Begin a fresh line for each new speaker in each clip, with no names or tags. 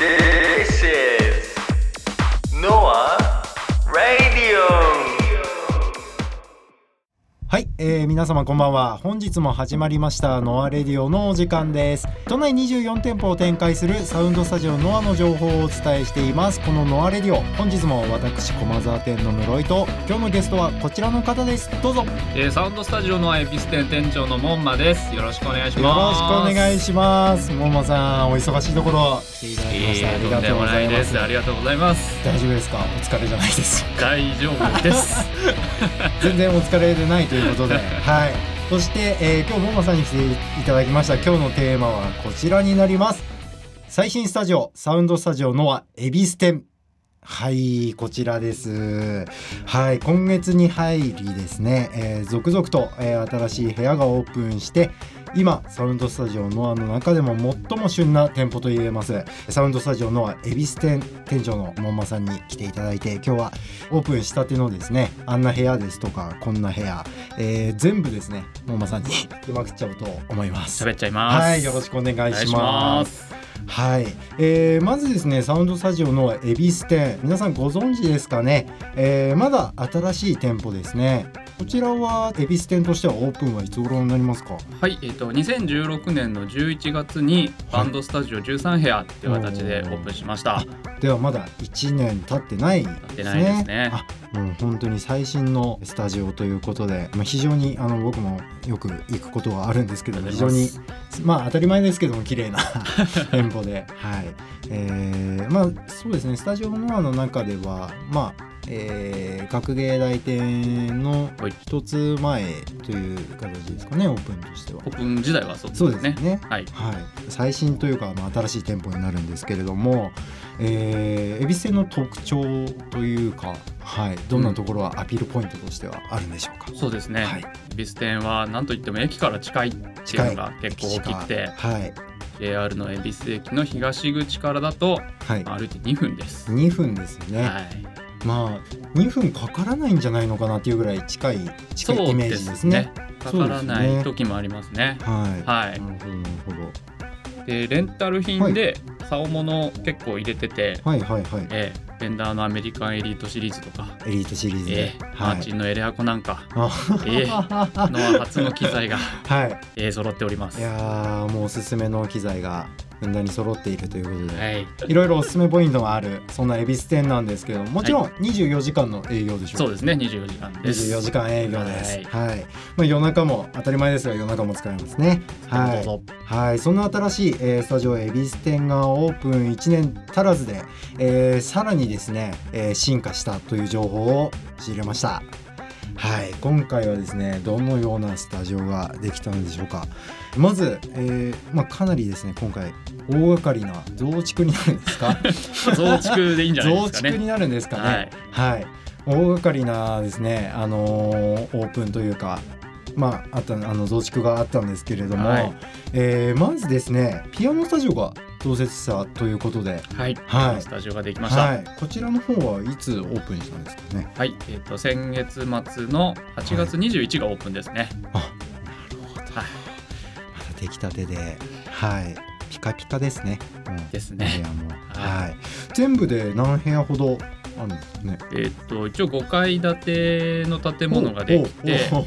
This is Noah Radio.
はい、えー、皆様こんばんは本日も始まりましたノアレディオのお時間です都内24店舗を展開するサウンドスタジオノアの情報をお伝えしていますこのノアレディオ本日も私駒沢店の室井と今日のゲストはこちらの方ですどうぞよ
えー、サウンドスタジオのエビス店店長の門馬です。よろしくお願いし
ろしくお
ます。
願いしますももさんお忙しいところ来ていただきま
い
し
い
た、
え
あり
と
が
んで
とう
も
ご
な
ざ
い
い
で
ます
す。ありがとうございます。
大丈夫ですかお疲れじゃないです
大丈夫 です。
全然お疲れでないという ことではいそして、えー今日ももさんに来ていただきました今日のテーマはこちらになります最新スタジオサウンドスタジオノアエビス店はいこちらですはい今月に入りですね、えー続々と、えー新しい部屋がオープンして今サウンドスタジオノアの中でも最も旬な店舗と言えますサウンドスタジオノア恵比寿店店長の門馬さんに来ていただいて今日はオープンしたてのですねあんな部屋ですとかこんな部屋、えー全部ですね門馬さんに 出まくっちゃおうと思います
喋っちゃいます。
はいよろしくお願いし
お
ますはい、えーまずですねサウンドスタジオの恵比寿店皆さんご存知ですかね、えーまだ新しい店舗ですねこちらは恵比寿店としてはオープンはいつ頃になりますか
はい、えっ、と2016年の11月にバンドスタジオ13部屋っていう形でオープンしました。
ではまだ1年経ってないですね。
ってないですね
あもう本当に最新のスタジオということで、まあ、非常にあの僕もよく行くことがあるんですけど
あり
非
がと
常
うございま
に
す
まあ当たり前ですけども綺麗 な店舗で、はいえーまあそうですねスタジオノアの中ではまあえー学芸大店の
はい
一つ前という形ですかねオープンとしては
オ。ープン時代はそうです
そ
ね。
うですね
はい。
はい、最新というか、まあ、新しい店舗になるんですけれども、えー、恵比寿の特徴というか、はい、どんなところはアピールポイントとしてはあるんでしょうか、
そうですね。
はい、
ビス店はなんといっても駅から近いっていうのが結構大きくて、
はい、
JR の恵比寿駅の東口からだと
はい、
歩いて2分です。
2分ですよね、
はい。
まあ2分かからないんじゃないのかなっていうぐらい近い近いイメージですね。
か
そうですね
からない時もありますね。
はい、
はい。
なるほどなるほど
でレンタル品で竿物結構入れてて、
はいはいはい
ええフェンダーのアメリカンエリートシリーズとか、
エリートシリーズで
え、えマ
は
ーチ
い
ンのエレアコなんか、
あ
ええの初の機材が、
はい
ええ揃っております。
い
は
やーもうおすすめの機材がふんだんに揃っているということで、
い。
いろいろおすすめポイントがあるそんな恵比寿店なんですけどももちろん24時間の営業でしょ
そうですね、24時間です。
24時間営業です
はい
はい、まあ、夜中も当たり前ですが夜中も使えますねは
どう
い、
ぞ
はい、そんな新しい、えースタジオ恵比寿店がオープン1年足らずで、えーさらにですね、えー進化したという情報を仕入れましたはい今回はですねどのようなスタジオができたのでしょうかまず、えーまあ、かなりですね今回大掛かりな増築になるんですか
増築でいいんじゃないで
増
すか
築に
ね。
なるんですかね。はい、大掛かりなですね、あのーオープンというか。まあ、あったあの増築があったんですけれども、
はい
えーまずですねピアノスタジオが増設したということで、
はい。
はい
スタジオができました。は。
はいい、こちらの方はいつオープンしたんですかね
えっ、と先月末の8月21日がオープンですね。
まだできたてではいピカピカですね、うん
ですね。
お部屋もは、
はい
全部で何部屋ほどあるんですかね
えっ、と一応5階建ての建物ができて。
お おおおお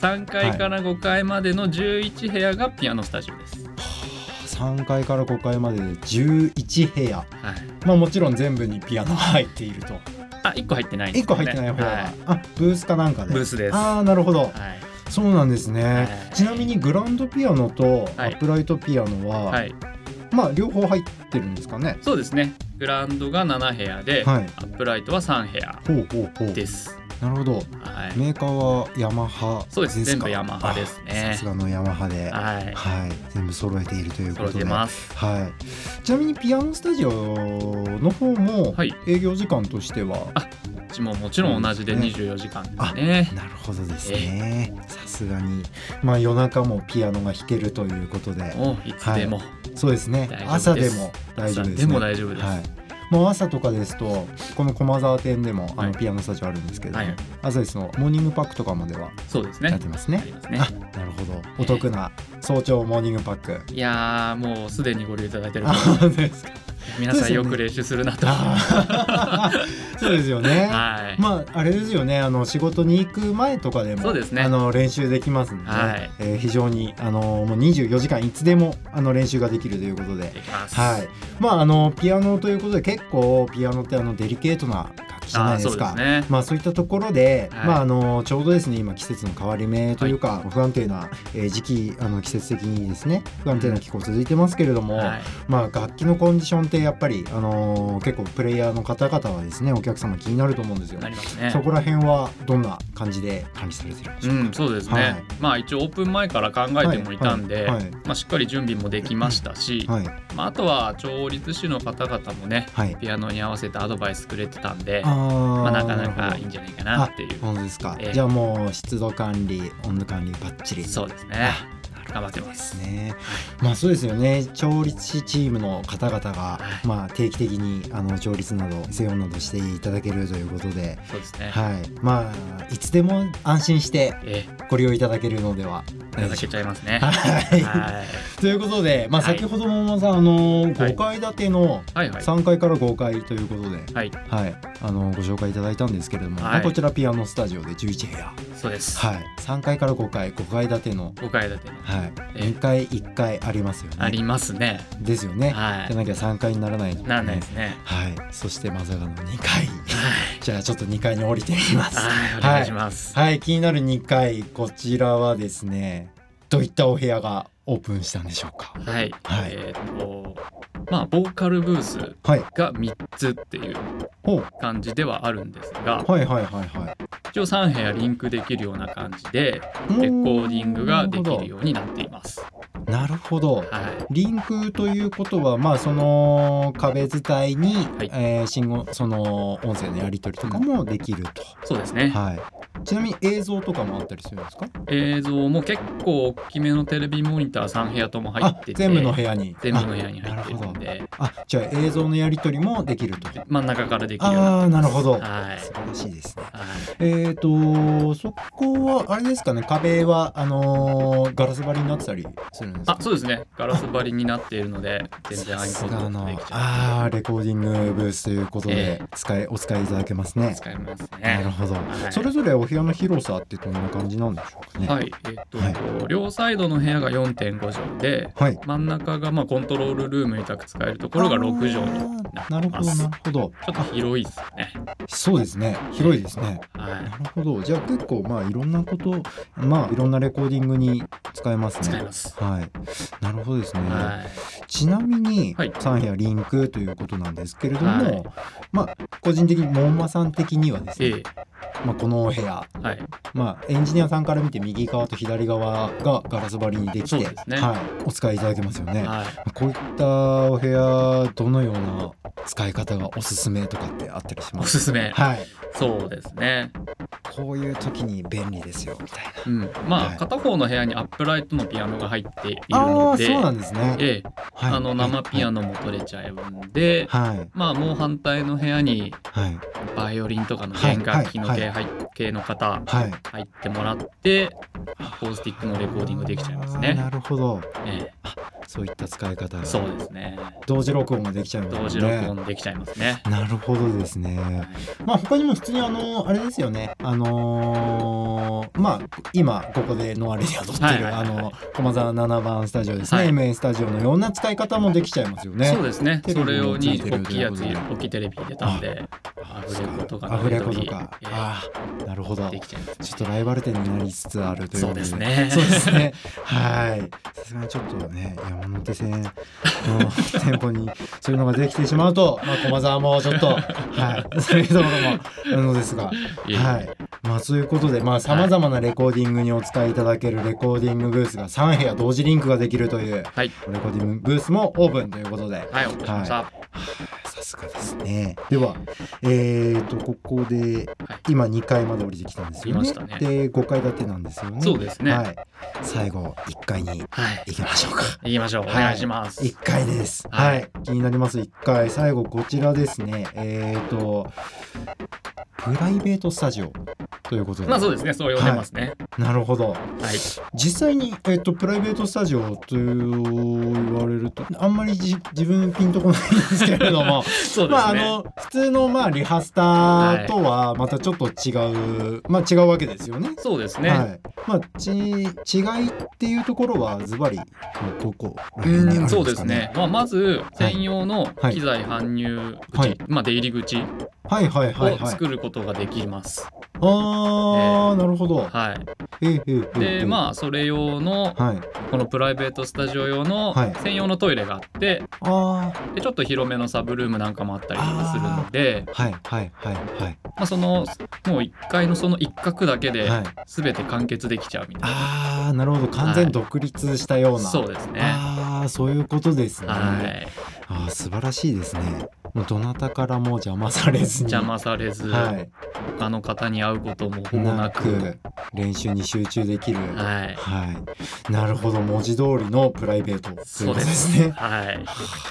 3階から5階までの11部屋がピアノスタジオです。
3階から5階までで11部屋
はい、
まあもちろん全部にピアノが入っていると
あ1個入ってないんです
1
よ
個入ってない部屋が、
はい
あブースかなんかで
ブースです。は
ああなるほど
い
そうなんですね、
はい
ちなみにグランドピアノとア
はい
ップライトピアノは、
はい、
まあ両方入ってるんですかね
そうですねグラウンドが7部屋で、
はい
アップライトは3部屋
ほうほうほう
です。
なるほど
はい
メーカーはヤマハですか
そうです全部ヤマハですね
あさすがのヤマハでは
はい
い全部揃えているということ
揃えて
で
ます。
はい、ちなみにピアノスタジオの方も
はい
営業時間としては、
こっちももちろん同じで
そうで
24時間ですね。
なるほどですねさすがにまあ夜中もピアノが弾けるということで
もういつでも、
そうですね
大丈夫です
朝でも大丈夫です、ね、
朝でも大丈夫です
はい、もう朝とかですとこの駒沢店でもあ
は
の
い
ピアノスタジオあるんですけど、
はい
朝ですのモーニングパックとかまでは
そうです
や
ね
ってます
あ
ね
り。ますね
あなるほどお得な早朝モーニングパック。
いやーもうすでにご利用い ただいてる方
あそうですか。
皆さんよく練習するなと
あー そうですよね。
はい、
まああれですよねあの仕事に行く前とかでも
そうですね
あの練習できますんで、
はい
えー非常にあのもう24時間いつでもあの練習ができるということで、
できます
はい、まああのピアノということで結構ピアノってあのデリケートな楽器じゃ
あ
な
ー
いで
そう
す
で
か
す。ね
まあそういったところで、
はい
まああのちょうどですね今季節の変わり目というか、不安定な、えー時期あの季節的にですね不安定な気候続いてますけれども、
はい
まあ楽器のコンディションってやっぱりあのー結構プレイヤーの方々はですねお客様気になると思うんですよ
な。りますね
そこら辺はどんな感じで管理されてるんでし
う
ょうか。
ん、そうですね、
はい
まあ一応オープン前から考えてもいたんで、
はい
まあ、しっかり準備もできましたし、
はい
まあ、あとは調律師の方々もね
はい。
ピアノに合わせたアドバイスくれてたんで
あー
まあ、なかなかいいん
る
じゃないかなっていう
ほど本当ですか。
ええ
じゃあもう湿度管理温度管理バッチリ。
そうですね
なるほど
頑張って
で
ます
すね。まあそうですよね。調律師チームの方々が
は
まあ定期的にあの調律など静音などしていただけるということで、
そうですね、
はい。まあいつでも安心して
え
ご利用いただけるのでは
えいただけちゃいますね
はい
は い
ということで、まあ、
はい
先ほどもまさん、あのー
はい
5階建ての
はいはい
3階から5階ということで、
はい
はいあのーご紹介いただいたんですけれども、
はい
まあこちらピアノスタジオで11部屋、
そうです、
はい、3階から5階5階建ての、
5階建ての
はい、
ええ
2階1階ありますよね。
ありますね
ですよね。
は
じゃなきゃ3階にならないので
い
ね
なんないですね
はい、そしてまさかの2階
はい
じゃあちょっと2階に降りてみます。
はいお願いします、
はい気になる2階こちらはですねどういったお部屋がオープンしたんでしょうか
はい、
はい
えーっ、とまあボーカルブース
はい
が3つっていう
ほう
感じではあるんですが
はいはいはいはい。
一応3部屋リンクできるような感じでレコーディングができるようになっています。
う。なるほど。
はい
リンクということは、まあ、その壁伝いに、
い
えー信号、その音声のやり取りとかもできると。
そうですね、
はい。ちなみに映像とかもあったりするんですか。
映像も結構大きめのテレビモニター3部屋とも入ってて
あ、全部の部屋に。
全部の部屋に
あ
入ってるん
なる
で
ほど。あ、じゃあ、映像のやり取りもできると。
真ん中からできるよう
ああ、なるほど。
なはい
素晴らしいですね。
はい
えっ、と、そこはあれですかね。壁はあのーガラス張りになってたりするんですか
あ。そうですねガラス張りになっているので全然アイコン
さすが
タク
の
トできちゃ
あーレコーディングブースということで
え
使い、お使いいただけます
う
ね。
使えます
なる
ね。
ほど、
はい
それぞれお部屋の広さってどんな感じなんでしょうかね。。
はいい、えっと、両サイドの部屋が4.5畳で
はい、
真ん中がまあコントロールルームにたく使えるところが6畳に
あーなるほどなるほど。
ちょっと広いですね。
そうですね。広いですね。
はい
なるほど。じゃあ結構まあいろんなことまあいろんなレコーディングに使えますね。
使います
はい。なるほどですね。
はい
ちなみに
はい
三部屋リンクということなんですけれども、
はい
まあ個人的に門馬さん的にはですね、
ええ
まあこのお部屋
はい、
まあ、エンジニアさんから見て右側と左側がガラス張りにでき
そう
て、
ですね
はい、お使いいただけますよね、
はい、
こういったお部屋どのような使い方がおすすめとかってあったりしま
お
す
すすめ、
はい、
そうですね、
こういう時に便利ですよみたいな
うん、まあ、
はい
片方の部屋にアップライトのピアノが入っている
あ
の
あー
で
そうなんですね、
ええ
はい、
あの生ピア
ノ
ノも取れちゃうんで、
はい
まあもう反対の部屋に
はい
バイオリンとかの
はい
弦楽器の
はい
系,、はい系の方
はい
入ってもらってアコースティックのレコーディングできちゃいます
あー
ね
な。るほど
え
そういった使い方
え、
が
そうですね
同時録音もできちゃいますね
同時録音できちゃいますね。
なるほどですね
はい
まあ他にも普通にあのあれですよねあのーまあ今ここでノアレディア撮ってる
はい
あ
はいはいはい
の駒沢7番スタジオですね、
はい
MA スタジオのような使い方もできちゃいますよね。
そうですね。
テレビ
それ用に
もついてる
大きいやつ、
ということで
大きいテレビ入れたんで、アフレコとか
アフレコとか
ええ
ああなるほど
できちゃいます。
ちょっとライバル店になりつつあるということ
そうですね
そうですねはいさすがにちょっとね山手線の 店舗にそういうのができてしまうと、まあ、駒沢もちょっとはいそういうところもあるのですが
いえいえ
はい。まあ、そういうことで、まあ、さまざまなレコーディングにお使いいただけるレコーディングブースが3部屋同時リンクができるという、
はい
レコーディングブースもオープンということで、
はい、お疲れ様でした。
さすすがですね。では、えっ、と、ここで、今2階まで降りてきたんですよ
いま
ね。
したね
で、5階建てなんですよね。
そうですね
はい。最後、1階に
はい
行きまし ょうか。
行きましょうお願いします、
1階です。は
はい
い。気になります、1階。最後、こちらですね。えっ、と、プライベートスタジオということで。
まあそうですねそう呼んでますね
なるほど。
はい、
実際に、えっと、プライベートスタジオと言われるとあんまりじ自分ピンとこないんですけれども、
そうですね、
まああの普通の、まあ、リハスターとはまたちょっと違う、まあ違うわけですよね。
そうですね、
はいまあ、ち違いっていうところはズバリどこら辺にあるん
う
で
ん
すかね
そうですね、まあ、まず専用の
はい
機材搬入口、
はい
まあ、出入り口
はいはいはい
を
はい。
作ることができます。
ああ、なるほど。
はい
ええええええ
でまあそれ用の
はい、
このプライベートスタジオ用の
はい
専用のトイレがあって
あー
でちょっと広めのサブルームなんかもあったりとかするので
はいはいはいはい。
まあ、そのもう1階のその一角だけで
はい、
全て完結できちゃうみたい
ああなるほど完全独立したような。
な、そうですね。
ああそういうことですね。
はい、
ああ素晴らしいですね。もうどなたからも邪魔されずに。
邪魔されず、
はい。
他の方に会うこともほぼ
な
なく
く練習に集中できる。はい。
はい、
なるほど文字通りのプライベートということですね。
はい、
は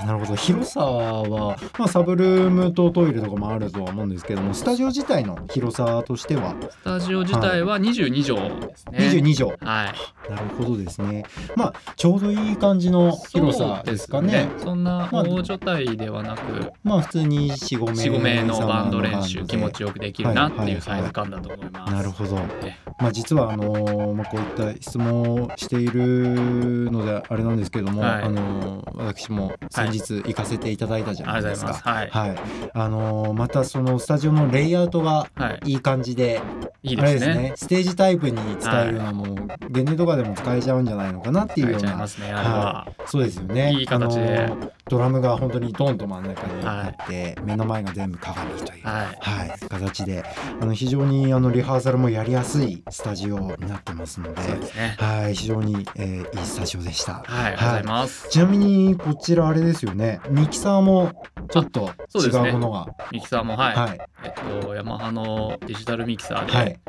あなるほど広さは、まあ、サブルームとトイレとかもあるとは思うんですけどもスタジオ自体の広さとしては
スタジオ自体は22畳ですね。
22畳、
はい、
なるほどですねまあちょうどいい感じの広さですかね
そうですそんな大所帯ではなく、
まあ普通に45名
四五45名の
様
バンド練習
バンドで
気持ちよくできるなって
はい
い
はいう
サイズ感だと思います。
なるほど
え。
まあ、実はあのーまあ、こういった質問をしているのであれなんですけれども、
はい
あのー私も先日行かせていただいたじゃな
あ
い
りが
で
とう
す
ございます。
か。
はい、
はい、あのーまたそのスタジオのレイアウトが
は
い
い、
い感じで
いい
あれで
で
すす
ね。
ねステージタイプに伝えるのはもうゲネとかでも使えちゃうんじゃないのかなっていう
使
よ
え
う
ちゃい
な
ますね。あれは、
そうですよね
いい形で
あのードラムが本当にドンと真ん中にあって、目の前が全部鏡という
はい、
はい、形であの非常にあのリハーサルもやりやすいスタジオになってますので
そうですね。
はい非常に、えーいいスタジオでした
はい、ありがとうございます。
ちなみにこちらあれですよねミキサーもちょっと
そう
違
ですね
うものが、
ミキサーもはい、
はい
えっとヤマハのデジタルミキサーで、
はい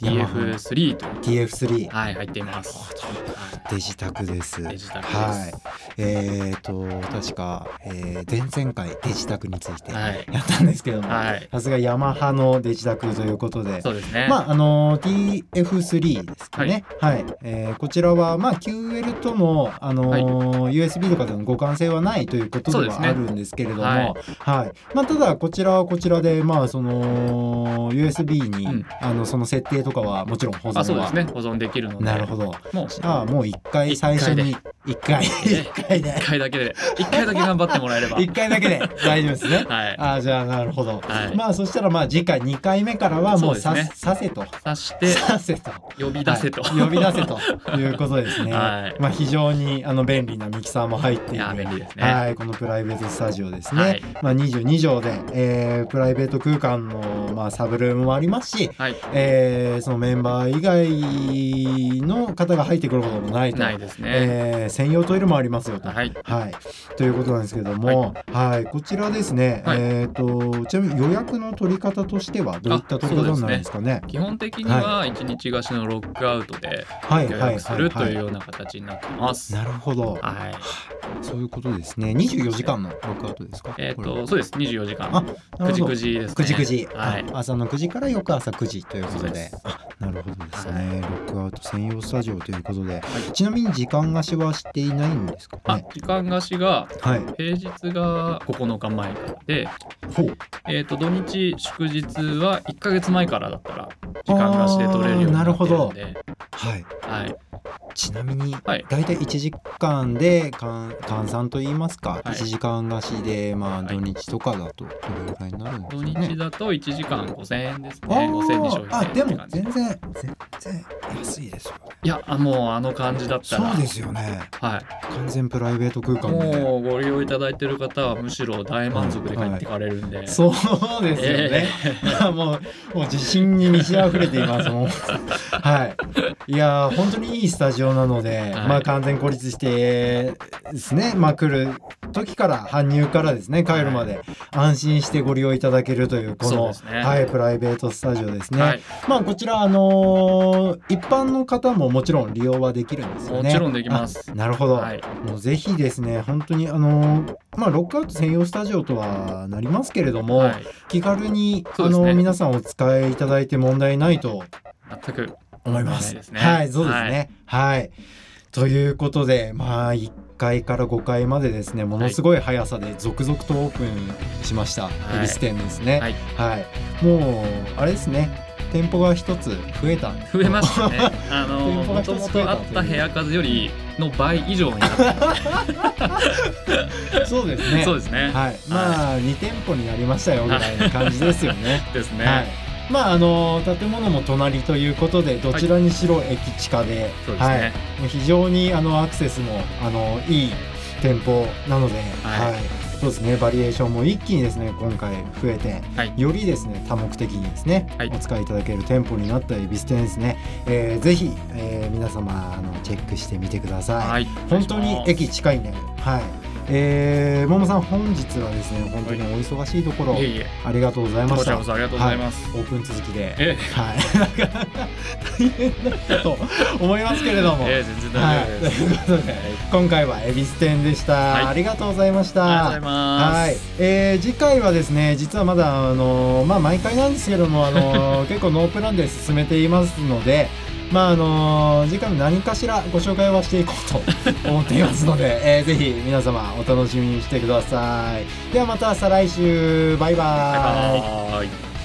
DF3 と
TF3
はい入っています。
デジタクです
デジタルです
はいえっ、と確か、えー前々回デジタクについて
は
や
い
ったんですけども
はい、はい、
さすがヤマハのデジタクということで
そうですね。
まああの TF3 ですかね。はい、えーこちらはまあ QL とのあのー USB とかでの互換性はないということ
そう
で
です
は
ね
あるんですけれども、は
はい
い。まあただこちらはこちらでまあその USB に、
うん
あのその設定とかはもちろん保存
あそうで
は
す。ね保存できるので、
なるほど。
もう
じゃあもう一回最初 に一回一
一
回で
一回だけで一回だけ頑張ってもらえれば
一回だけで大丈夫ですね。
はい
あーじゃあなるほど。
はい
まあそしたらまあ次回二回目からはもう
そう
さ
ですね
させと
刺して
させと。
呼び出せと、
はい呼び出せということですね。
はい
まあ非常にあの便利なミキサーも入っている。
いや便利ですね
はい、このプライベートスタジオですね。
はい
まあ22畳で、えープライベート空間のまあサブルームもありますし、
はい
えーそのメンバー以外の方が入ってくることもないと。
ないですね、
えー専用トイレもありますよと。
はい
はい、ということなんですけども、はい、こちらですね、
はい
えっ、と、ちなみに予約の取り方としては、どういった取り方になるんですかね。
基本的には一日貸しのロックアウトで
はい、
予
はい、
約す
は
る
い、
と
はい
いう。ような形になってます。は
なるほど、
い、
そういうことですね。二十四時間のロックアウトですか。
えっ、
これ
とそうです24時
あ
間
な
9
る
時
ほど
9時ですね。
9時9時、
はい
あ朝の9時から翌朝9時ということ
そ
で
うです
あなるほどですね、
は
ロックアウト専用スタジオということで、ちなみに時間貸しはしていないんですか
あ
ね
時間貸しが
はい
平日が9日前からで、
ほう
えー、と土日祝日は1ヶ月前からだったら時間貸しで取れるようになってるので
はい
はい、
ちなみに、
はい
大体1時間で換換算といいますか、
はい
1時間貸しでまあ
はい
土日とかだとどれぐらいになるんです
土
かね
日だと1時間5000円ですね。
あー
5000円に消費
あ
税って
でも
感じ。
全然全然安いですよね
いや、あもうあの感じだったら。
そうですよね
は
完全プライベート空
い。
間で
もうご利用いただいてる方はむしろ大満足で帰ってかれるんで。
そうですよね。 もう、もう自信に満ち溢れています。もう。はい。いやー、本当にいいスタジオオなので、まあ完全孤立してですね、まあ来る時から搬入からですね帰るまで安心してご利用いただけるというこ
そう
の
ですね
はいプライベートスタジオですね。
はい、
まあこちらあのー一般の方ももちろん利用はできるんですよね。
もちろんできます
あ。なるほど。
はい、
もうぜひですね本当にあのーまあロックアウト専用スタジオとはなりますけれども、
はい、
気軽に、
そう
あ
です
の
ね
皆さんお使いいただいて問題ないと
全く
思います。
問題ないですね
はい、そうですね。はい、ということで、まあ1階から5階までですね、ものすごい速さで続々とオープンしました。
い
恵比寿店ですね。は
はいい、
もうあれですね、店舗が一つ増えた。
増えましたね。あの
店舗が
も
一
とも
つ増え
と
た
あ
という
った部屋数よりの倍以上になった。
そうです ね。
そうですね。
はい、まあ2店舗になりましたよぐらいの感じですよね。
ですね。
はい。まああの建物も隣ということでどちらにしろ駅近で、
そうですね。
はい、非常にあのアクセスもあのいい店舗なので、は
はいい
そうですねバリエーションも一気にですね今回増えて、
はい
よりですね多目的にですね、
はい
お使いいただける店舗になった恵比寿店ですね、えー、ぜひ、えー皆様あのチェックしてみてください。
はい。
本当に駅近いね。はい。えー、ももさん本日はですね本当にお忙しいところ、
いえいえ。
ありがとうございま
こ
し
ちら
た
こ。そありがとうございます。
オープン続きで、
え
はい、なんか大変だったと思いますけれども。
ええ全然
は
大
い、
丈
と
夫です。
いうことで今回は恵比寿店でした、
い
ありがとうございまし
あ
た
りがとうございます。
はい、えー次回はですね実はまだあのまあ毎回なんですけどもあ の結構ノープランで進めていますのでまああの次回も何かしらご紹介はしていこうと思っていますの で、えーぜひ皆様お楽しみにしてくださいではまた再来週バイバイ
バイバイ